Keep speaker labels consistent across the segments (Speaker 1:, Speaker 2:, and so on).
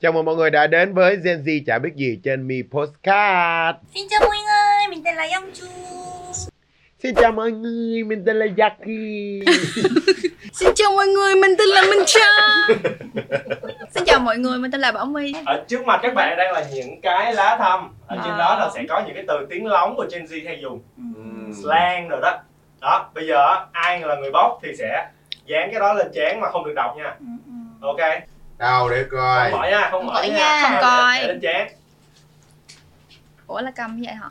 Speaker 1: Chào mừng mọi người đã đến với Gen Z chả biết gì trên Mi Postcard
Speaker 2: Xin chào mọi người, mình tên là Young Chu
Speaker 1: Xin chào mọi người, mình tên là Jackie
Speaker 3: Xin chào mọi người, mình tên là Minh Trang Xin chào mọi người, mình tên là Bảo My
Speaker 4: ở trước mặt các bạn đang là những cái lá thăm ở trên
Speaker 3: Ờ.
Speaker 4: đó là sẽ có những cái từ tiếng lóng của Gen Z hay dùng slang rồi đó đó bây giờ á, ai là người bóc thì sẽ dán cái đó lên trán mà không được đọc nha ok
Speaker 1: Đâu để coi
Speaker 4: không mở nha không
Speaker 3: Không
Speaker 4: mở
Speaker 3: mở
Speaker 4: nha,
Speaker 3: nha, không
Speaker 4: Để-
Speaker 3: coi.
Speaker 4: để lên trán
Speaker 3: Ủa là cầm như vậy hả?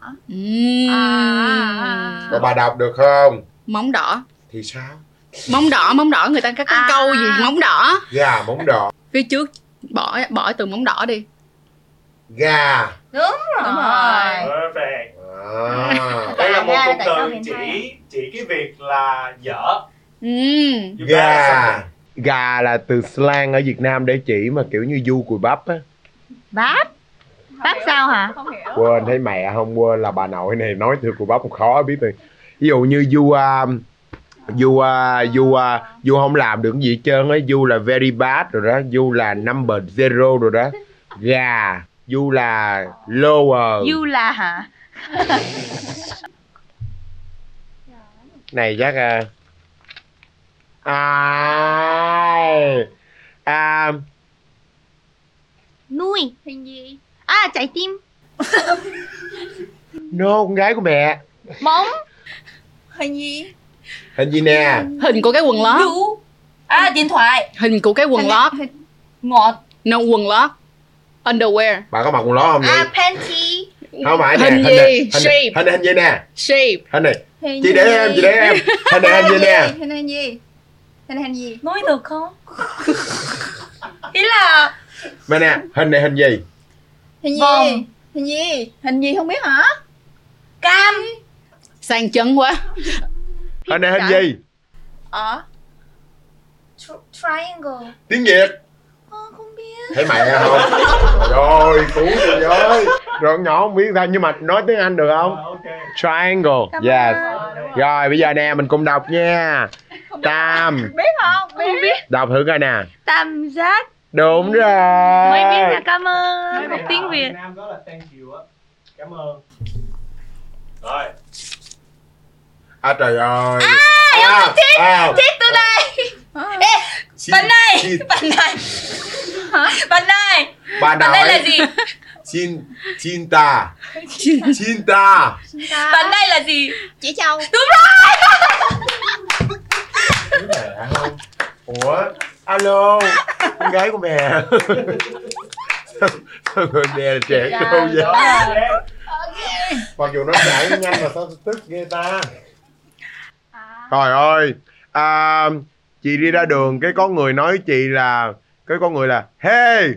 Speaker 1: Bà,
Speaker 3: À.
Speaker 1: bà đọc được không?
Speaker 5: móng đỏ
Speaker 1: Thì sao?
Speaker 5: móng đỏ móng đỏ người ta có cái
Speaker 3: À.
Speaker 5: câu gì móng đỏ
Speaker 1: Gà móng đỏ
Speaker 5: phía trước bỏ bỏ từ móng đỏ đi
Speaker 1: Gà
Speaker 3: Đúng
Speaker 2: rồi.
Speaker 3: rồi
Speaker 4: perfect
Speaker 1: à.
Speaker 4: đây là
Speaker 2: Tại
Speaker 4: một
Speaker 2: ra là
Speaker 4: cụm
Speaker 2: tại sao
Speaker 4: từ
Speaker 2: miền Tây
Speaker 4: chỉ chỉ cái việc là dở
Speaker 5: Ừm.
Speaker 4: You better
Speaker 1: Gà
Speaker 4: something.
Speaker 1: Gà là từ slang ở Việt Nam để chỉ mà kiểu như du cùi bắp á
Speaker 2: Báp Báp sao hả?
Speaker 3: Không hiểu
Speaker 1: Quên thấy mẹ không quên là bà nội này nói từ cùi bắp khó biết từ Ví dụ như du à, Du à, du à, du không làm được gì hết trơn á Du là very bad rồi đó Du là number zero rồi đó Gà Du là lower
Speaker 2: You là hả?
Speaker 1: này chắc à à, à
Speaker 2: Nuôi Hình gì? À, trái tim
Speaker 1: no con gái của mẹ
Speaker 2: Bóng
Speaker 3: Hình gì?
Speaker 1: hình gì nè
Speaker 5: hình của cái quần lót
Speaker 2: Đủ À, điện thoại
Speaker 5: hình của cái quần lót
Speaker 2: Ngọt
Speaker 5: no quần lót underwear
Speaker 1: bạn có mặc quần lót không vậy
Speaker 2: À, panty
Speaker 1: không phải nè
Speaker 5: hình
Speaker 1: này,
Speaker 5: gì?
Speaker 1: hình này,
Speaker 5: Shape.
Speaker 1: hình hình gì nè
Speaker 5: shape
Speaker 1: hình này
Speaker 3: Hình
Speaker 1: chị để
Speaker 3: gì?
Speaker 1: em chị để em hình này hình gì nè
Speaker 3: Hình hình gì? Hình hình gì?
Speaker 2: Nói được không? Ý là
Speaker 1: mà nè hình này hình gì
Speaker 3: Hình gì?
Speaker 2: Vòng.
Speaker 3: Hình gì? Hình gì không biết hả?
Speaker 2: Cam
Speaker 5: sang chấn quá
Speaker 1: hình này hình gì
Speaker 3: Ờ
Speaker 2: Tr- Triangle
Speaker 1: tiếng việt
Speaker 2: Ờ, không biết
Speaker 1: thấy mẹ không rồi cứu trời ơi rồi con nhỏ không biết sao nhưng mà nói tiếng anh được không
Speaker 4: Ờ, ok
Speaker 1: triangle
Speaker 2: Cảm
Speaker 1: yes
Speaker 2: ơn.
Speaker 1: rồi bây giờ nè mình cùng đọc nha tam
Speaker 2: Biết không? Không biết
Speaker 1: đọc thử coi nè
Speaker 2: Tam giác
Speaker 1: đúng rồi
Speaker 2: Mới biết là cảm
Speaker 4: Cái
Speaker 2: ơn Học
Speaker 4: này là ở
Speaker 2: tiếng Việt
Speaker 4: Việt Nam đó là thank you á cảm ơn rồi
Speaker 1: à trời ơi à, à, à,
Speaker 2: Chết tôi đây
Speaker 3: À.
Speaker 1: chị,
Speaker 2: Bạn này
Speaker 1: chị,
Speaker 2: Bạn này Bạn này
Speaker 1: bà
Speaker 2: Bạn
Speaker 1: nói
Speaker 2: này là gì?
Speaker 1: Chin, cinta cinta
Speaker 2: Bạn này là gì?
Speaker 3: Chỉ À. Châu
Speaker 1: Đứa mẹ không ủa alo con gái của mẹ sao, sao người mẹ là trẻ
Speaker 3: Dạ,
Speaker 1: cô vậy
Speaker 4: Đó, yeah.
Speaker 1: mặc dù nó chạy nhanh mà sao tức ghê ta trời ơi à, chị đi ra đường cái có người nói chị là cái con người là hey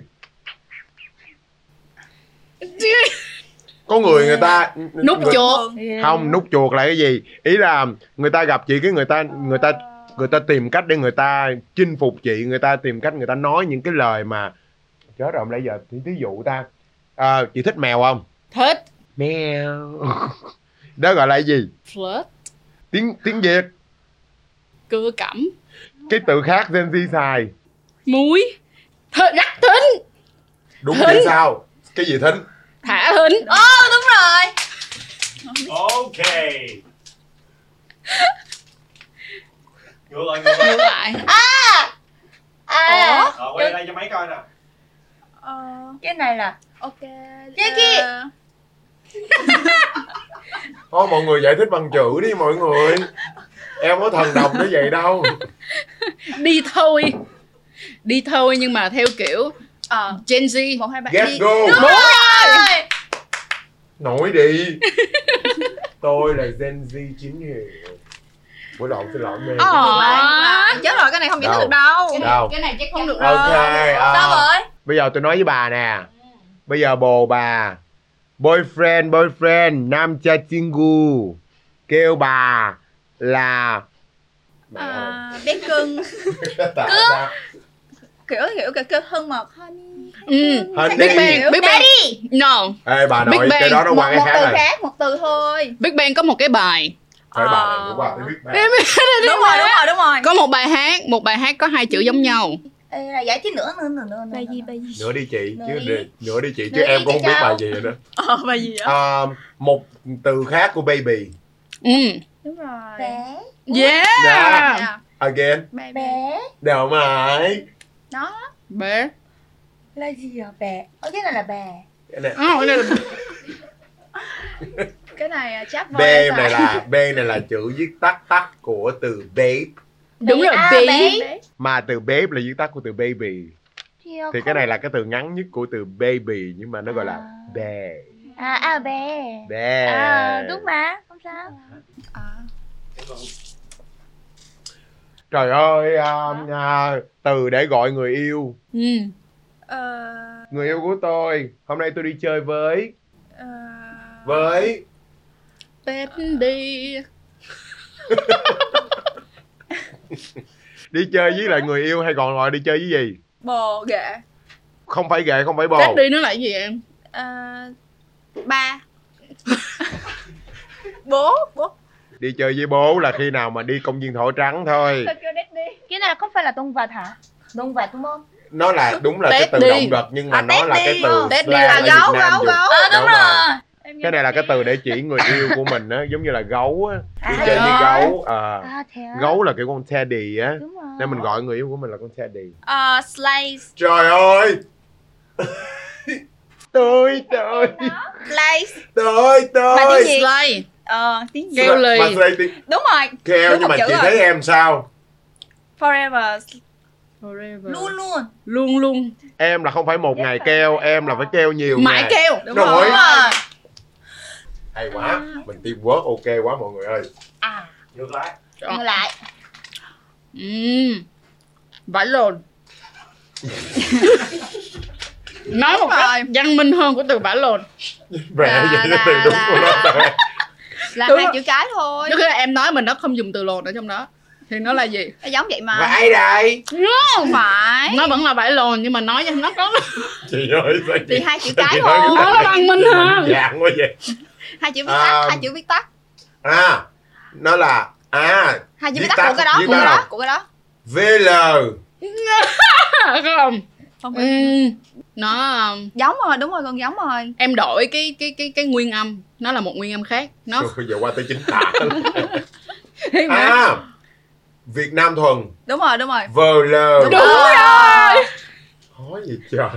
Speaker 1: có người người ta
Speaker 5: nút chuột
Speaker 1: không nút chuột là cái gì ý là người ta gặp chị cái người ta người ta người ta tìm cách để người ta chinh phục chị người ta tìm cách người ta nói những cái lời mà chớ rồi bây giờ thì ví dụ ta Ờ, chị thích mèo không
Speaker 5: thích
Speaker 1: mèo đó gọi là cái gì
Speaker 5: flirt
Speaker 1: tiếng tiếng việt
Speaker 5: cưa cẩm
Speaker 1: cái từ khác Gen Z xài
Speaker 5: muối Th- rắc thính
Speaker 1: đúng vậy sao cái gì thính
Speaker 5: thả thính
Speaker 2: Ồ đúng rồi
Speaker 4: Ok Ngược lại, ngược lại
Speaker 5: ngược lại
Speaker 2: À
Speaker 4: Ờ, quay lại cho máy coi nè
Speaker 3: Ờ
Speaker 2: Cái này là
Speaker 3: Ok
Speaker 2: Jackie.
Speaker 1: thôi mọi người giải thích bằng chữ đi mọi người em có thần đồng nó vậy đâu
Speaker 5: đi thôi đi thôi nhưng mà theo kiểu
Speaker 3: Ờ
Speaker 5: Gen Z
Speaker 3: Một hai ba
Speaker 1: get
Speaker 3: đi
Speaker 1: go
Speaker 2: Rồi
Speaker 1: nổi đi tôi là Gen Z chính hiệu mỗi lộn xin lỗi mẹ
Speaker 3: Ờ
Speaker 5: Dạ.
Speaker 3: Chết rồi, cái này không giải thích
Speaker 1: Đâu?
Speaker 3: được đâu
Speaker 1: đâu
Speaker 5: cái này chắc
Speaker 3: Không được đâu
Speaker 1: ok à.
Speaker 2: Sao rồi?
Speaker 1: bây giờ tôi nói với bà nè bây giờ bồ bà boyfriend boyfriend nam cha chingu kêu bà là Mẹ ơi,
Speaker 3: À, bé cưng
Speaker 1: tạo ra-
Speaker 3: kiểu kiểu kiểu, kiểu thân mật honey
Speaker 5: ừ.
Speaker 1: Honey.
Speaker 5: Big Bang, Big Bang.
Speaker 2: Daddy
Speaker 5: No,
Speaker 1: ê bà
Speaker 5: Big
Speaker 1: nội cái
Speaker 5: Bang,
Speaker 1: đó nó
Speaker 3: một,
Speaker 1: qua cái
Speaker 3: một
Speaker 1: khác
Speaker 3: từ
Speaker 1: rồi
Speaker 3: khác một từ thôi
Speaker 5: Big Bang có một cái bài.
Speaker 1: Phải bà
Speaker 3: Ờ.
Speaker 1: này cũng qua tới Big Bang
Speaker 3: đúng rồi đúng rồi đúng rồi
Speaker 5: Có một bài hát, một bài hát có hai chữ giống nhau.
Speaker 3: Ê, là giải chứ nữa nữa nữa nữa nữa
Speaker 2: Bài gì bài gì?
Speaker 1: Nửa đi chị chứ
Speaker 3: Nửa đi.
Speaker 1: đi- nửa đi chị chứ
Speaker 3: Nửa
Speaker 1: em
Speaker 3: đi
Speaker 1: cũng không
Speaker 3: chị
Speaker 1: biết
Speaker 3: Châu.
Speaker 1: bài gì nữa.
Speaker 5: Ờ, bài gì vậy?
Speaker 1: À, một từ khác của baby.
Speaker 5: Ừ.
Speaker 2: Đúng rồi.
Speaker 3: bé
Speaker 1: Dạ.
Speaker 5: Yeah.
Speaker 2: Dạ.
Speaker 1: Again.
Speaker 2: Bài bài.
Speaker 3: bé
Speaker 1: Đâu mà ấy.
Speaker 5: Bé.
Speaker 3: là gì hả bé ở cái này là bé
Speaker 1: Cái này-
Speaker 5: À, cái này là
Speaker 2: Cái này à, chắc
Speaker 1: B này là B này là chữ viết tắt tắt của từ babe
Speaker 5: đúng
Speaker 3: Bé-
Speaker 5: rồi
Speaker 3: à,
Speaker 5: bé.
Speaker 3: bé.
Speaker 1: mà từ babe là viết tắt của từ baby
Speaker 3: ờ,
Speaker 1: thì cái này là cái từ ngắn nhất của từ baby nhưng mà nó gọi là bè
Speaker 3: à à bé
Speaker 1: bè
Speaker 3: à đúng mà không sao
Speaker 1: trời ơi um, à, từ để gọi người yêu
Speaker 5: Ừ.
Speaker 2: Ờ
Speaker 1: người yêu của tôi hôm nay tôi đi chơi với
Speaker 2: ờ
Speaker 1: Vâng. với
Speaker 5: Tết đi.
Speaker 1: đi chơi với lại người yêu hay còn gọi đi chơi với gì
Speaker 2: bồ ghệ.
Speaker 1: không phải ghệ không phải bồ
Speaker 5: Tết đi nó lại gì em?
Speaker 2: Ờ ba. bố, bố.
Speaker 1: đi chơi với bố là khi nào mà đi công viên thổ trắng thôi
Speaker 2: Tao kêu daddy.
Speaker 3: cái này không phải là con vật hả động vật đúng không
Speaker 1: nó là đúng là cái
Speaker 5: Tết
Speaker 1: từ
Speaker 5: đi.
Speaker 1: động vật nhưng mà
Speaker 2: À,
Speaker 1: nó
Speaker 2: Tết
Speaker 1: là cái
Speaker 2: đi.
Speaker 1: từ
Speaker 5: Tết đi
Speaker 1: slang
Speaker 5: là
Speaker 1: ở Việt
Speaker 2: gấu,
Speaker 1: Nam
Speaker 2: gấu,
Speaker 1: dùng.
Speaker 2: gấu.
Speaker 3: ờ
Speaker 1: Đúng rồi.
Speaker 2: Em nghe
Speaker 1: cái này là cái
Speaker 2: daddy.
Speaker 1: từ để chỉ người yêu của mình á giống như là gấu á đi
Speaker 3: À,
Speaker 1: chơi với
Speaker 5: dạ.
Speaker 1: gấu à,
Speaker 3: à thế à?
Speaker 1: gấu là kiểu con teddy á
Speaker 3: đúng rồi
Speaker 1: nên mình gọi người yêu của mình là con teddy
Speaker 2: Ờ slice,
Speaker 1: trời ơi tôi tôi
Speaker 2: slice.
Speaker 1: tôi
Speaker 2: Mà tiếng
Speaker 1: tôi
Speaker 2: Gì?
Speaker 5: Slay.
Speaker 2: Ờ tiếng gì?
Speaker 5: Kêu lì.
Speaker 1: mà Slay tiếng
Speaker 2: Đúng rồi.
Speaker 1: keo
Speaker 2: Đúng
Speaker 1: nhưng
Speaker 2: một
Speaker 1: mà
Speaker 2: chữ à.
Speaker 1: chị
Speaker 2: rồi.
Speaker 1: thấy em sao
Speaker 2: Forever
Speaker 5: Forever.
Speaker 3: luôn luôn
Speaker 5: luôn luôn
Speaker 1: em là không phải một ngày keo em là phải keo nhiều
Speaker 5: mãi
Speaker 1: ngày
Speaker 5: kêu.
Speaker 1: đúng rồi
Speaker 2: Đúng rồi.
Speaker 1: hay quá mình teamwork ok quá mọi người ơi
Speaker 3: à
Speaker 4: ngược lại
Speaker 5: Ờ.
Speaker 3: ngồi lại
Speaker 5: Ừ. Vãi lồn. Nói một cách văn minh hơn của từ vãi lồn.
Speaker 1: vẽ
Speaker 2: Là-
Speaker 1: vậy
Speaker 2: là-
Speaker 1: là từ đúng
Speaker 2: là-
Speaker 1: của nó
Speaker 2: là
Speaker 5: Đúng
Speaker 2: hai
Speaker 5: rồi.
Speaker 2: chữ cái thôi.
Speaker 5: Nếu khi em nói mình nó không dùng từ lồn ở trong đó thì nó là gì?
Speaker 2: Nó giống vậy mà.
Speaker 1: vãi đây
Speaker 2: Không phải.
Speaker 5: Nó vẫn là vãi lồn nhưng mà nói cho nó có
Speaker 1: chị ơi sao
Speaker 2: Thì
Speaker 1: chị
Speaker 2: hai chữ
Speaker 1: sao
Speaker 2: cái
Speaker 1: chị nói
Speaker 2: thôi.
Speaker 1: cái
Speaker 5: nó là văn minh hơn.
Speaker 1: dạng quá vậy
Speaker 2: Hai chữ viết tắt,
Speaker 1: À,
Speaker 2: hai chữ viết tắt.
Speaker 1: à nó là à
Speaker 2: Hai chữ
Speaker 1: viết
Speaker 2: viết tắt
Speaker 1: tắt,
Speaker 2: của cái đó,
Speaker 1: viết
Speaker 2: của cái
Speaker 1: tắt.
Speaker 2: đó, của cái đó.
Speaker 1: VL
Speaker 5: Phải không?
Speaker 2: Không
Speaker 5: Ừ. Nó um,
Speaker 2: Giống rồi, đúng rồi, con giống rồi.
Speaker 5: em đổi cái cái cái cái nguyên âm, nó là một nguyên âm khác. Nó
Speaker 1: Trời, giờ qua tới chính tả
Speaker 5: Hay mà.
Speaker 1: à Việt Nam thuần
Speaker 2: Đúng rồi, đúng rồi. Ờ.
Speaker 1: VL
Speaker 5: Đúng rồi.
Speaker 1: Hỏi gì trời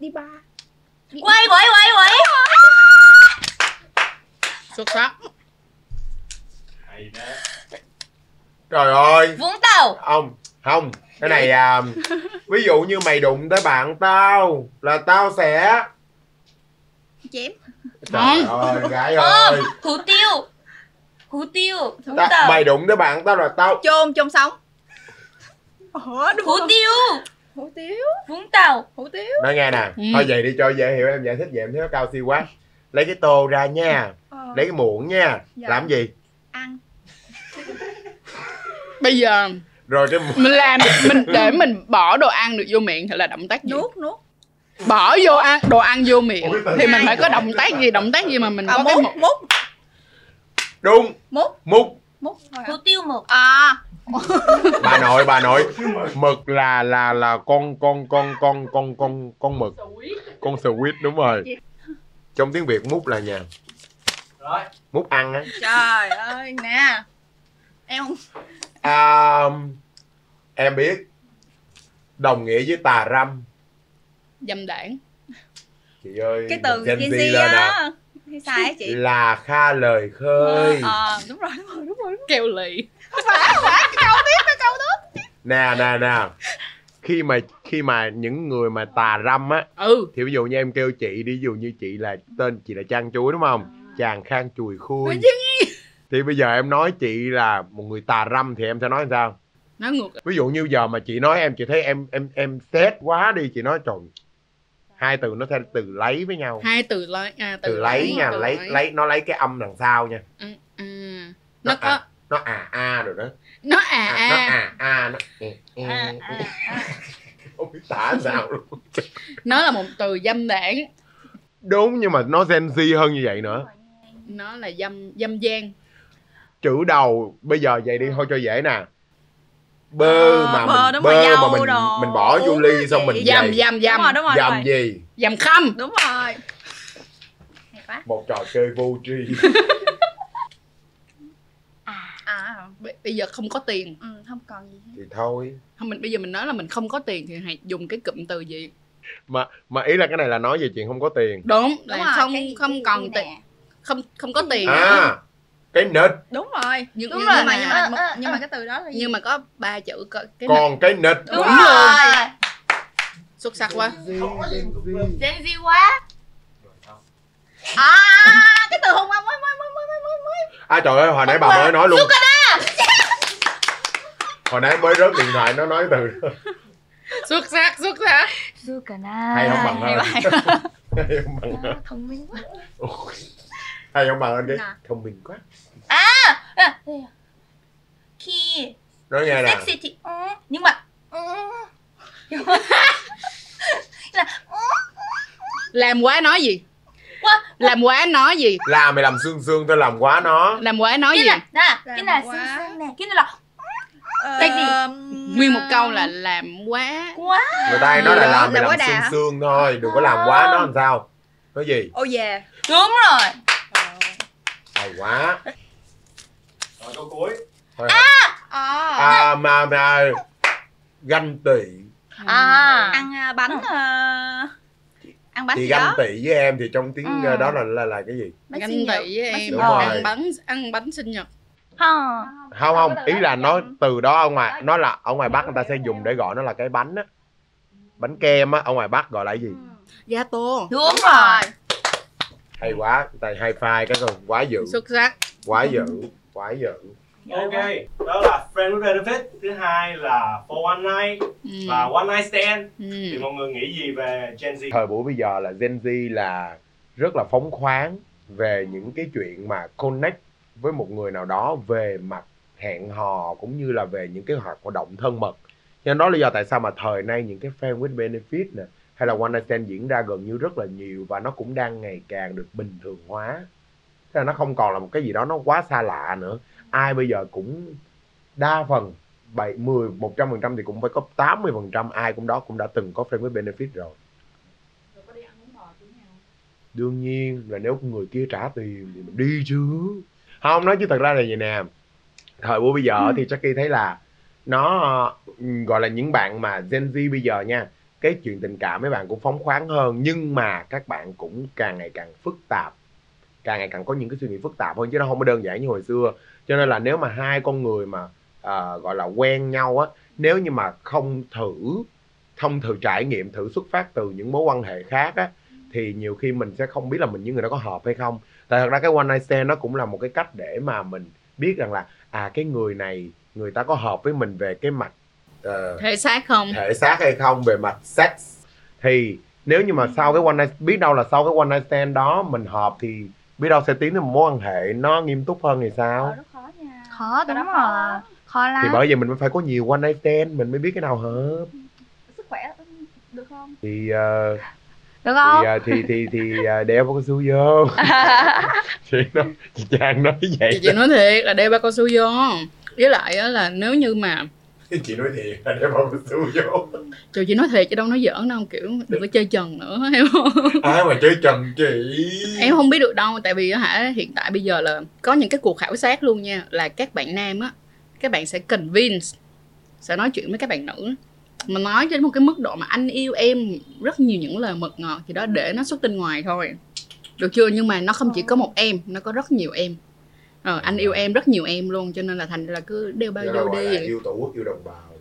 Speaker 2: Đi ba.
Speaker 3: quay quay quay quay
Speaker 5: Xuất sắc.
Speaker 4: hay đó
Speaker 1: trời ơi
Speaker 3: vũng tàu
Speaker 1: không không cái này à, ví dụ như mày đụng tới bạn tao là tao sẽ
Speaker 2: Chém.
Speaker 1: trời ơi gái ơi
Speaker 3: hủ tiêu hủ tiêu vũng
Speaker 1: Ta,
Speaker 3: tàu
Speaker 1: Dạ, mày đụng tới bạn tao là tao
Speaker 2: Chôn, chôn sống. Ủa, đúng
Speaker 3: hủ
Speaker 2: rồi.
Speaker 3: tiêu
Speaker 2: Hủ tiếu,
Speaker 3: vũng tàu
Speaker 2: hủ tiếu.
Speaker 1: nói nghe nè
Speaker 5: Ừ.
Speaker 1: thôi vậy đi cho dễ hiểu em giải thích vậy em thấy nó cao siêu quá lấy cái tô ra nha
Speaker 2: Ờ,
Speaker 1: lấy cái muỗng nha
Speaker 2: Dạ.
Speaker 1: làm gì
Speaker 2: Ăn.
Speaker 5: Bây giờ
Speaker 1: rồi cái muỗng
Speaker 5: mình làm mình để mình bỏ đồ ăn được vô miệng thì là động tác gì?
Speaker 2: Nuốt, nuốt.
Speaker 5: bỏ vô ăn, đồ ăn vô miệng
Speaker 1: Ôi,
Speaker 5: thì mình phải có động tác gì động tác gì mà mình
Speaker 2: À,
Speaker 5: Ừ, có cái
Speaker 2: múc,
Speaker 5: một
Speaker 2: múc,
Speaker 1: đúng
Speaker 2: múc,
Speaker 1: múc
Speaker 2: múc. Thôi à.
Speaker 3: hủ tiêu mực
Speaker 2: À,
Speaker 1: bà nội bà nội mực là là là con con con con con con con mực con squid đúng rồi trong tiếng việt múc là nhà
Speaker 4: rồi
Speaker 1: múc ăn á
Speaker 2: trời ơi, nè. Em không...
Speaker 1: À, em biết đồng nghĩa với tà râm
Speaker 5: dâm đảng
Speaker 1: chị ơi
Speaker 2: Cái từ
Speaker 1: Gen
Speaker 2: Gen
Speaker 1: Z
Speaker 2: Z
Speaker 1: lên à.
Speaker 2: á. Hay sai á chị?
Speaker 1: là kha lời khơi
Speaker 2: Ờ, đúng rồi, đúng rồi, đúng rồi.
Speaker 5: keo lì
Speaker 2: Không phải, không phải. Cái câu tiếp, cái câu đó.
Speaker 1: nè nè nè khi mà khi mà những người mà tà râm á
Speaker 5: ừ
Speaker 1: thì ví dụ như em kêu chị đi ví dụ như chị là tên chị là trang chuối đúng không chàng khang chùi khui thì bây giờ em nói chị là một người tà râm thì em sẽ nói sao
Speaker 5: nó ngược
Speaker 1: ví dụ như giờ mà chị nói em chị thấy em em em xét quá đi chị nói trời hai từ nó theo từ lấy với nhau
Speaker 5: hai từ lấy à,
Speaker 1: từ lấy nha
Speaker 5: từ
Speaker 1: lấy lấy nó lấy cái âm đằng sau nha
Speaker 5: Ừ, à.
Speaker 1: Nó
Speaker 5: nó
Speaker 1: à.
Speaker 5: có
Speaker 1: nó à a rồi đó
Speaker 5: nó à
Speaker 1: à, nó
Speaker 5: à
Speaker 1: à a nó e, e,
Speaker 3: à,
Speaker 1: e.
Speaker 3: à, à.
Speaker 1: không biết tả sao luôn
Speaker 5: nó là một từ dâm đảng
Speaker 1: đúng nhưng mà nó Gen Z hơn như vậy nữa
Speaker 5: nó là dâm dâm gian
Speaker 1: chữ đầu bây giờ vậy đi thôi cho dễ nè bơ
Speaker 3: Ờ,
Speaker 1: mà
Speaker 3: bơ,
Speaker 1: mình
Speaker 3: đúng
Speaker 1: bơ
Speaker 3: rồi, dâu
Speaker 1: mà mình
Speaker 3: đồ,
Speaker 1: mình bỏ vô
Speaker 3: uống
Speaker 1: ly
Speaker 3: cái
Speaker 1: xong mình
Speaker 3: gì.
Speaker 5: dầm
Speaker 1: dày.
Speaker 5: dầm
Speaker 3: đúng rồi
Speaker 5: dầm
Speaker 3: đúng rồi đúng
Speaker 1: dầm
Speaker 3: rồi
Speaker 1: gì
Speaker 5: dầm khăm
Speaker 3: đúng rồi hay quá
Speaker 1: một trò chơi vô tri
Speaker 3: à
Speaker 5: B- bây giờ không có tiền
Speaker 3: ừ, không còn gì hết
Speaker 1: thì thôi
Speaker 5: không mình bây giờ mình nói là mình không có tiền thì hãy dùng cái cụm từ gì
Speaker 1: mà mà ý là cái này là nói về chuyện không có tiền
Speaker 5: đúng
Speaker 3: đúng
Speaker 5: là
Speaker 3: rồi
Speaker 5: không
Speaker 3: cái-
Speaker 5: không
Speaker 3: cái-
Speaker 5: còn
Speaker 3: cái
Speaker 5: tiền
Speaker 3: nè.
Speaker 5: không không có tiền nữa.
Speaker 1: à cái nịch
Speaker 3: đúng rồi
Speaker 5: nhưng,
Speaker 3: đúng
Speaker 5: nhưng,
Speaker 3: rồi
Speaker 5: nhưng mà nhưng mà,
Speaker 3: Ờ, ờ, nhưng mà cái từ đó là gì
Speaker 5: nhưng mà có ba chữ có cái này
Speaker 1: còn cái nịch
Speaker 3: đúng,
Speaker 5: Đúng
Speaker 3: rồi
Speaker 5: xuất sắc quá
Speaker 2: Gen Z quá
Speaker 3: à cái từ hôm qua mới mới mới mới mới mới mới
Speaker 1: à trời ơi hồi nãy bà mới nói luôn hồi nãy mới rớt điện thoại nó nói từ đó.
Speaker 5: xuất sắc xuất sắc
Speaker 2: Sukana
Speaker 1: hay không bằng hơn
Speaker 3: À, hay
Speaker 1: hay không bằng hơn
Speaker 2: Thông minh quá
Speaker 1: Ôi. hay không bằng hơn cái
Speaker 3: Nè.
Speaker 1: thông minh quá
Speaker 2: à, đây à. Khi
Speaker 1: nói nghe nè
Speaker 2: sexy thì ừ, Nhưng mà ừ.
Speaker 5: làm quá nói gì
Speaker 2: Quá.
Speaker 5: làm quá nói gì
Speaker 1: làm mày làm xương xương tao làm quá nó
Speaker 5: làm quá nói
Speaker 2: Cái
Speaker 5: gì
Speaker 2: là nè, Cái
Speaker 3: Làm
Speaker 2: là
Speaker 3: quá.
Speaker 2: xương xương nè Cái này là Tại vì
Speaker 5: nguyên
Speaker 2: Ờ.
Speaker 5: một câu là làm quá
Speaker 2: quá
Speaker 1: người ta hay nói là
Speaker 3: Làm
Speaker 1: làm mày
Speaker 3: quá
Speaker 1: làm
Speaker 3: đà
Speaker 1: xương
Speaker 3: hả? Ờ.
Speaker 1: xương thôi đừng có làm quá nó làm sao nói gì
Speaker 3: ô về
Speaker 2: Đúng rồi
Speaker 1: hay quá
Speaker 4: Rồi câu cuối
Speaker 1: Thôi,
Speaker 3: à,
Speaker 1: à mà mà ganh tị
Speaker 6: Ừ.
Speaker 2: À
Speaker 3: ăn à, bánh à, ăn bánh
Speaker 1: thì
Speaker 3: gì
Speaker 1: ganh
Speaker 3: đó
Speaker 1: tị với em thì trong tiếng
Speaker 2: Ừ.
Speaker 1: uh, đó là là là cái gì
Speaker 3: Bánh
Speaker 5: ganh
Speaker 3: sinh nhật.
Speaker 5: tị với
Speaker 3: Bánh sinh
Speaker 5: em
Speaker 1: Đúng
Speaker 3: nhật.
Speaker 1: rồi.
Speaker 5: ăn bánh ăn bánh sinh nhật
Speaker 2: Hờ
Speaker 1: không không ý là nó từ đó ở ngoài nó là ở ngoài bắc người ta sẽ dùng để gọi nó là cái bánh á bánh kem á ở ngoài bắc gọi là cái gì
Speaker 3: Ừ.
Speaker 5: gato
Speaker 2: Đúng rồi
Speaker 1: hay quá tại hai file cái còn quá dữ
Speaker 5: xuất sắc
Speaker 1: quá dữ quá dữ
Speaker 6: Dạ,
Speaker 4: Ok Đó là Friend with Benefit Thứ hai là For One Night
Speaker 5: ừ.
Speaker 4: Và One Night Stand Thì
Speaker 5: Ừ.
Speaker 4: mọi người nghĩ gì về Gen Z
Speaker 1: thời buổi bây giờ là Gen Z là rất là phóng khoáng về những cái chuyện mà connect với một người nào đó về mặt hẹn hò cũng như là về những cái hoạt động thân mật cho nên đó là lý do tại sao mà thời nay những cái fan with benefit nè hay là one night stand diễn ra gần như rất là nhiều và nó cũng đang ngày càng được bình thường hóa thế là nó không còn là một cái gì đó nó quá xa lạ nữa ai bây giờ cũng đa phần 7, 10, 100% thì cũng phải có 80% ai cũng đó cũng đã từng có fan with benefit rồi đương nhiên là nếu người kia trả tiền thì mình đi chứ không nói chứ thật ra là vậy nè thời buổi bây giờ thì Jackie thấy là nó ừ, gọi là những bạn mà Gen Z bây giờ nha cái chuyện tình cảm mấy bạn cũng phóng khoáng hơn nhưng mà các bạn cũng càng ngày càng phức tạp càng ngày càng có những cái suy nghĩ phức tạp hơn chứ nó không có đơn giản như hồi xưa cho nên là nếu mà hai con người mà ờ, gọi là quen nhau á nếu như mà không thử không thử trải nghiệm thử xuất phát từ những mối quan hệ khác á thì nhiều khi mình sẽ không biết là mình với người đó có hợp hay không tại thật ra cái one night stand nó cũng là một cái cách để mà mình biết rằng là à cái người này người ta có hợp với mình về cái mặt ờ,
Speaker 5: thể xác không
Speaker 1: thể xác hay không về mặt sex thì nếu như mà sau cái one night biết đâu là sau cái one night stand đó mình hợp thì biết đâu sẽ tiến đến một mối quan hệ nó nghiêm túc hơn thì sao
Speaker 2: Rất khó nha
Speaker 3: khó
Speaker 2: Cái
Speaker 3: đúng
Speaker 2: đó khó
Speaker 3: rồi
Speaker 2: lắm.
Speaker 3: khó
Speaker 1: thì
Speaker 3: lắm
Speaker 1: bởi vậy mình mới phải có nhiều one night stand mình mới biết cái nào hợp
Speaker 2: Sức khỏe được không?
Speaker 1: thì ờ,
Speaker 3: được
Speaker 1: thì
Speaker 3: không
Speaker 1: à, thì thì thì à, đeo bao cao su vô chị nó chị trang nói
Speaker 5: chị
Speaker 1: vậy
Speaker 5: chị nói thiệt là đeo ba cao su vô với lại á là nếu như mà
Speaker 1: đó. chị nói thiệt là đeo bao cao su vô
Speaker 5: trời chị nói thiệt chứ đâu nói giỡn đâu kiểu đừng có chơi trần nữa hiểu không
Speaker 1: ai mà chơi trần chị
Speaker 5: em không biết được đâu tại vì á hả hiện tại bây giờ là có những cái cuộc khảo sát luôn nha là các bạn nam á các bạn sẽ convince sẽ nói chuyện với các bạn nữ mà nói đến một cái mức độ mà anh yêu em rất nhiều những lời mật ngọt gì đó để nó xuất tinh ngoài thôi được chưa nhưng mà nó không chỉ có một em nó có rất nhiều em ờ, anh yêu em rất nhiều em luôn cho nên là thành ra là cứ đeo bao vô đi
Speaker 1: yêu tổ quốc yêu đồng bào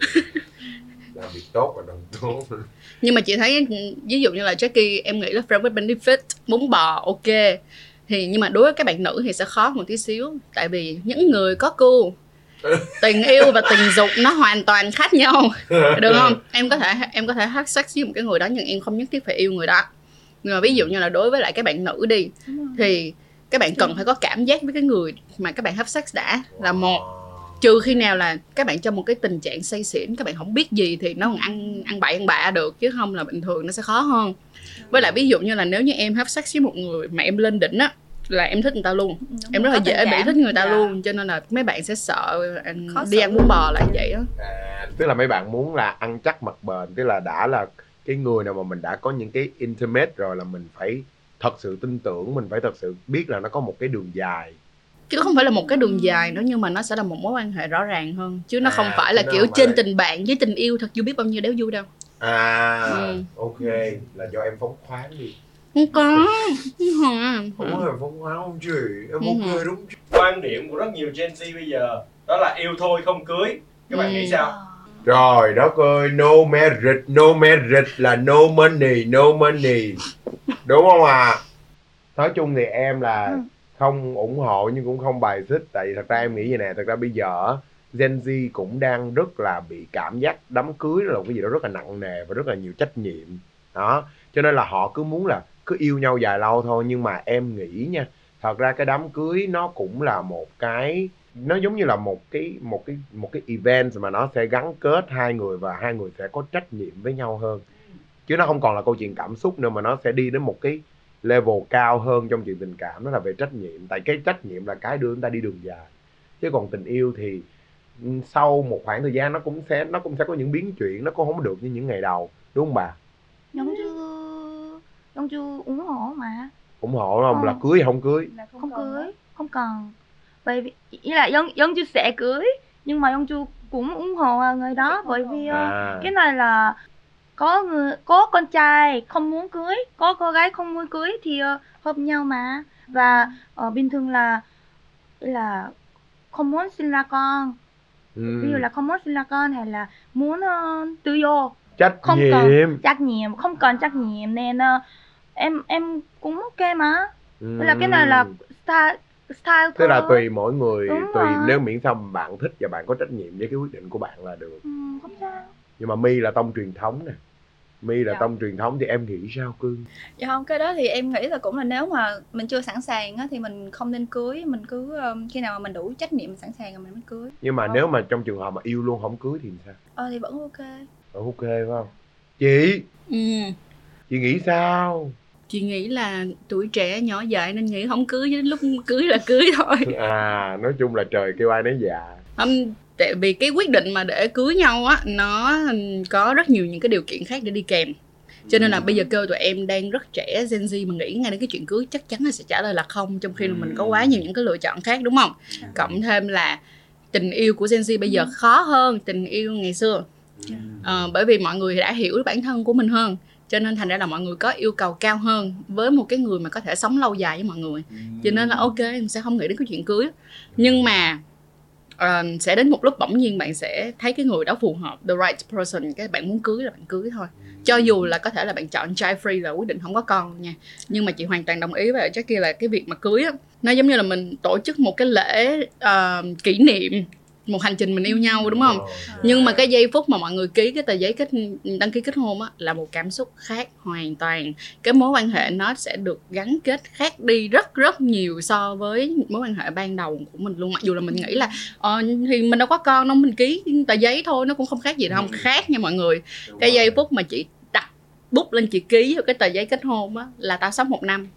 Speaker 1: làm việc tốt và đồng tốt
Speaker 5: nhưng mà chị thấy ví dụ như là Jackie em nghĩ là friend with benefit muốn bò ok thì nhưng mà đối với các bạn nữ thì sẽ khó một tí xíu tại vì những người có cu tình yêu và tình dục nó hoàn toàn khác nhau được không em có thể em có thể hát sex với một cái người đó nhưng em không nhất thiết phải yêu người đó nhưng mà ví dụ như là đối với lại các bạn nữ đi thì các bạn cần phải có cảm giác với cái người mà các bạn hấp sex đã là một trừ khi nào là các bạn trong một cái tình trạng say xỉn các bạn không biết gì thì nó còn ăn ăn bậy ăn bạ được chứ không là bình thường nó sẽ khó hơn với lại ví dụ như là nếu như em hấp sex với một người mà em lên đỉnh á là em thích người ta luôn em rất là dễ bị thích người ta luôn cho nên là mấy bạn sẽ sợ anh
Speaker 3: Dạ. Khó
Speaker 5: đi
Speaker 3: xử
Speaker 5: ăn bún bò là vậy á
Speaker 1: à, tức là mấy bạn muốn là ăn chắc mặc bền tức là đã là cái người nào mà mình đã có những cái intimate rồi là mình phải thật sự tin tưởng mình phải thật sự biết là nó có một cái đường dài
Speaker 5: chứ không phải là một cái đường dài nữa nhưng mà nó sẽ là một mối quan hệ rõ ràng hơn chứ nó
Speaker 1: À,
Speaker 5: không phải là
Speaker 1: chứ nó
Speaker 5: kiểu
Speaker 1: không phải
Speaker 5: trên
Speaker 1: là-
Speaker 5: tình bạn với tình yêu thật vui biết bao nhiêu đéo vui đâu
Speaker 1: à
Speaker 5: Ừ.
Speaker 1: ok là do em phóng khoáng đi
Speaker 5: không có không à.
Speaker 1: không có em phóng khoáng không chị em
Speaker 5: Ừ.
Speaker 1: ok đúng chứ
Speaker 4: quan điểm của rất nhiều Gen Z bây giờ đó là yêu thôi không cưới các bạn nghĩ
Speaker 5: Ừ.
Speaker 4: sao
Speaker 1: rồi đất ơi no merit no merit là no money no money đúng không à nói chung thì em là không ủng hộ nhưng cũng không bài xích tại vì thật ra em nghĩ vậy nè thật ra bây giờ á, Gen Z cũng đang rất là bị cảm giác đám cưới là một cái gì đó rất là nặng nề và rất là nhiều trách nhiệm đó cho nên là họ cứ muốn là cứ yêu nhau dài lâu thôi nhưng mà em nghĩ nha thật ra cái đám cưới nó cũng là một cái nó giống như là một cái một cái một cái event mà nó sẽ gắn kết hai người và hai người sẽ có trách nhiệm với nhau hơn chứ nó không còn là câu chuyện cảm xúc nữa mà nó sẽ đi đến một cái level cao hơn trong chuyện tình cảm đó là về trách nhiệm tại cái trách nhiệm là cái đưa chúng ta đi đường dài chứ còn tình yêu thì ừ, sau một khoảng thời gian nó cũng sẽ nó cũng sẽ có những biến chuyển nó cũng không được như những ngày đầu đúng không bà
Speaker 6: giống như giống như ủng hộ mà
Speaker 1: ủng hộ không
Speaker 6: Ờ.
Speaker 1: là cưới hay không cưới
Speaker 2: Là
Speaker 6: không cưới không cần bởi vì ý là giống giống như sẽ cưới nhưng mà giống như cũng ủng hộ người đó bởi vì ờ,
Speaker 1: à
Speaker 6: cái này là có người có con trai không muốn cưới có cô gái không muốn cưới thì ờ, hợp nhau mà và ờ, bình thường là là không muốn sinh ra con ví dụ
Speaker 1: ừ.
Speaker 6: là không muốn sinh ra con hay là muốn ờ, tự do
Speaker 1: trách
Speaker 6: không cần.
Speaker 1: nhiệm
Speaker 6: trách nhiệm không cần trách nhiệm nên ờ, em em cũng ok mà
Speaker 1: ừ.
Speaker 6: Tức là cái này là style style
Speaker 1: tức là
Speaker 5: Ờ.
Speaker 6: của-
Speaker 1: tùy mỗi người
Speaker 6: Đúng
Speaker 1: tùy
Speaker 6: rồi.
Speaker 1: nếu miễn sao mà bạn thích và bạn có trách nhiệm với cái quyết định của bạn là được
Speaker 6: Ừ, không sao
Speaker 1: nhưng mà mi là tông truyền thống nè mi là
Speaker 2: Dạ.
Speaker 1: tông truyền thống thì em nghĩ sao cưng
Speaker 2: Dạ không, cái đó thì em nghĩ là cũng là nếu mà mình chưa sẵn sàng á, thì mình không nên cưới Mình cứ um, khi nào mà mình đủ trách nhiệm mình sẵn sàng rồi mình mới cưới
Speaker 1: nhưng mà
Speaker 2: Ờ.
Speaker 1: nếu mà trong trường hợp mà yêu luôn không cưới thì sao
Speaker 2: Ờ thì vẫn ok
Speaker 1: Ờ, ok phải không chị
Speaker 5: ừ.
Speaker 1: chị nghĩ sao
Speaker 5: chị nghĩ là tuổi trẻ nhỏ dại nên nghĩ không cưới đến lúc cưới là cưới thôi
Speaker 1: à nói chung là trời kêu ai nấy dạ
Speaker 5: không tại vì cái quyết định mà để cưới nhau á nó có rất nhiều những cái điều kiện khác để đi kèm cho nên là bây giờ kêu tụi em đang rất trẻ Gen Z mà nghĩ ngay đến cái chuyện cưới chắc chắn là sẽ trả lời là không trong khi là mình có quá nhiều những cái lựa chọn khác đúng không cộng thêm là tình yêu của Gen Z bây giờ khó hơn tình yêu ngày xưa Ờ, bởi vì mọi người đã hiểu bản thân của mình hơn cho nên thành ra là mọi người có yêu cầu cao hơn với một cái người mà có thể sống lâu dài với mọi người cho nên là ok mình sẽ không nghĩ đến cái chuyện cưới nhưng mà ờ, sẽ đến một lúc bỗng nhiên bạn sẽ thấy cái người đó phù hợp the right person cái bạn muốn cưới là bạn cưới thôi cho dù là có thể là bạn chọn trai free là quyết định không có con nha nhưng mà chị hoàn toàn đồng ý với chắc kia là cái việc mà cưới á nó giống như là mình tổ chức một cái lễ ờ, kỷ niệm một hành trình mình yêu nhau đúng không
Speaker 1: Ờ,
Speaker 5: nhưng mà cái giây phút mà mọi người ký cái tờ giấy kết đăng ký kết hôn á là một cảm xúc khác hoàn toàn cái mối quan hệ nó sẽ được gắn kết khác đi rất rất nhiều so với mối quan hệ ban đầu của mình luôn mặc dù là mình nghĩ là ờ, thì mình đâu có con đâu mình ký tờ giấy thôi nó cũng không khác gì đâu
Speaker 1: Ừ.
Speaker 5: khác nha mọi người
Speaker 1: Đúng
Speaker 5: cái
Speaker 1: rồi.
Speaker 5: giây phút mà chị đặt bút lên chị ký vào cái tờ giấy kết hôn á là tao sống một năm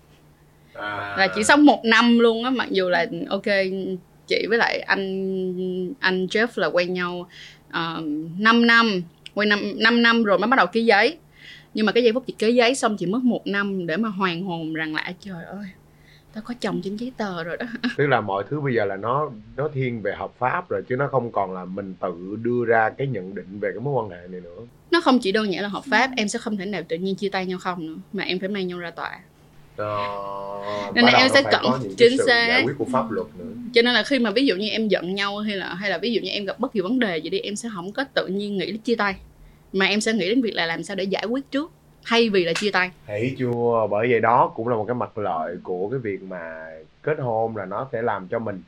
Speaker 1: à.
Speaker 5: là chỉ sống một năm luôn á mặc dù là ok chị với lại anh anh Jeff là quen nhau uh, 5 năm quen năm 5 năm rồi mới bắt đầu ký giấy nhưng mà cái giây phút chị ký giấy xong chị mất một năm để mà hoàn hồn rằng là "À, trời ơi tao có chồng trên giấy tờ rồi đó
Speaker 1: tức là mọi thứ bây giờ là nó nó thiên về hợp pháp rồi chứ nó không còn là mình tự đưa ra cái nhận định về cái mối quan hệ này nữa
Speaker 5: nó không chỉ đơn giản là hợp pháp em sẽ không thể nào tự nhiên chia tay nhau không nữa mà em phải mang nhau ra tòa Nên
Speaker 1: Ờ, bắt
Speaker 5: là
Speaker 1: đầu
Speaker 5: em
Speaker 1: nó
Speaker 5: sẽ
Speaker 1: phải
Speaker 5: cẩn-
Speaker 1: có những cái
Speaker 5: chính
Speaker 1: sự giải
Speaker 5: xác.
Speaker 1: quyết của pháp luật nữa
Speaker 5: cho nên là khi mà ví dụ như em giận nhau hay là hay là ví dụ như em gặp bất kỳ vấn đề gì đi em sẽ không có tự nhiên nghĩ đến chia tay mà em sẽ nghĩ đến việc là làm sao để giải quyết trước thay vì là chia tay
Speaker 1: Thấy chưa? Bởi vậy đó cũng là một cái mặt lợi của cái việc mà kết hôn là nó sẽ làm cho mình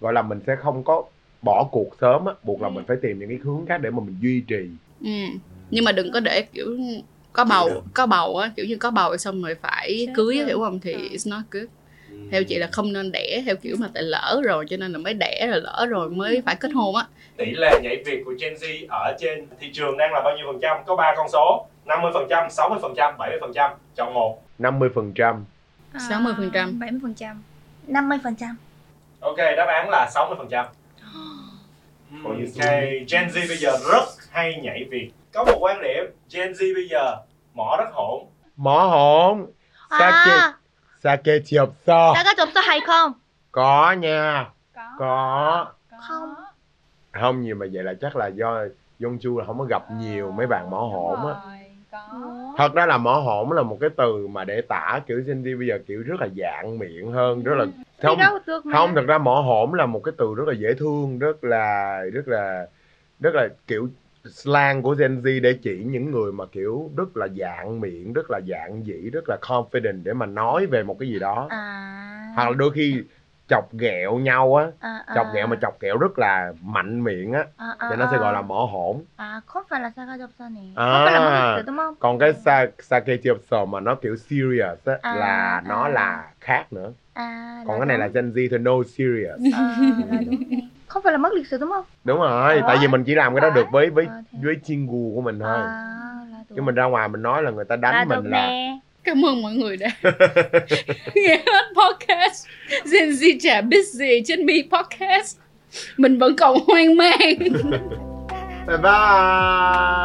Speaker 1: gọi là mình sẽ không có bỏ cuộc sớm á, buộc
Speaker 6: Ừ.
Speaker 1: là mình phải tìm những cái hướng khác để mà mình duy trì.
Speaker 5: ừ. nhưng mà đừng có để kiểu có bầu có bầu á kiểu như có bầu xong rồi phải cưới á, hiểu không thì it's not good theo chị là không nên đẻ theo kiểu mà tại lỡ rồi cho nên là mới đẻ rồi lỡ rồi mới phải kết hôn á
Speaker 4: tỷ lệ nhảy việc của Gen Z ở trên thị trường đang là bao nhiêu phần trăm có ba con số 50 phần trăm 60 phần trăm 70 phần trăm chọn một
Speaker 1: 50%.
Speaker 3: À,
Speaker 2: 70%
Speaker 5: 60%.
Speaker 6: 50 phần trăm
Speaker 4: ok đáp án là 60 phần trăm
Speaker 1: Có gì
Speaker 4: ok Gen Z bây giờ rất hay nhảy việc có một quan điểm Gen Z bây giờ mỏ rất hổn
Speaker 1: mỏ hổn sake
Speaker 6: À,
Speaker 1: sake chụp so
Speaker 6: đã có chụp sao hay không?
Speaker 1: có nha
Speaker 2: có
Speaker 1: có
Speaker 6: Không.
Speaker 1: không nhiều mà vậy là chắc là do Dung Chu là không có gặp nhiều mấy bạn mỏ hổn á
Speaker 2: có
Speaker 1: thật ra là mỏ hổn là một cái từ mà để tả kiểu Gen Z bây giờ kiểu rất là dạng miệng hơn rất là không
Speaker 6: Không. Đâu được mà.
Speaker 1: không thật ra mỏ hổn là một cái từ rất là dễ thương rất là rất là rất là kiểu slang của Gen Z để chỉ những người mà kiểu rất là dạng miệng rất là dạng dĩ rất là confident để mà nói về một cái gì đó
Speaker 6: À.
Speaker 1: hoặc là đôi khi chọc ghẹo nhau á
Speaker 6: à,
Speaker 1: chọc
Speaker 6: à,
Speaker 1: ghẹo mà chọc ghẹo rất là mạnh miệng á
Speaker 6: à, à,
Speaker 1: cho nó sẽ
Speaker 6: à.
Speaker 1: gọi là mỏ hổn
Speaker 6: À, không phải là Saga Jobson này.
Speaker 1: À.
Speaker 6: Không phải là mất đúng không?
Speaker 1: còn cái sa sake tiệp mà nó kiểu serious á
Speaker 6: À,
Speaker 1: là nó
Speaker 6: à.
Speaker 1: là khác nữa
Speaker 6: À,
Speaker 1: còn cái này là Gen Z thì no serious
Speaker 6: À, là đúng này. Không phải là mất lịch sử đúng không?
Speaker 1: đúng rồi
Speaker 6: Ờ.
Speaker 1: tại vì mình chỉ làm cái đó được với với
Speaker 6: Ờ, thế.
Speaker 1: với chuyên gu của mình thôi
Speaker 6: À, là
Speaker 1: chứ
Speaker 6: đúng.
Speaker 1: mình ra ngoài mình nói là người ta
Speaker 6: là
Speaker 1: đánh
Speaker 6: được
Speaker 1: mình là
Speaker 6: nè.
Speaker 5: Cảm ơn mọi người đã nghe hết podcast Gen Z chả biết gì trên mi podcast Mình vẫn còn hoang mang
Speaker 1: bye bye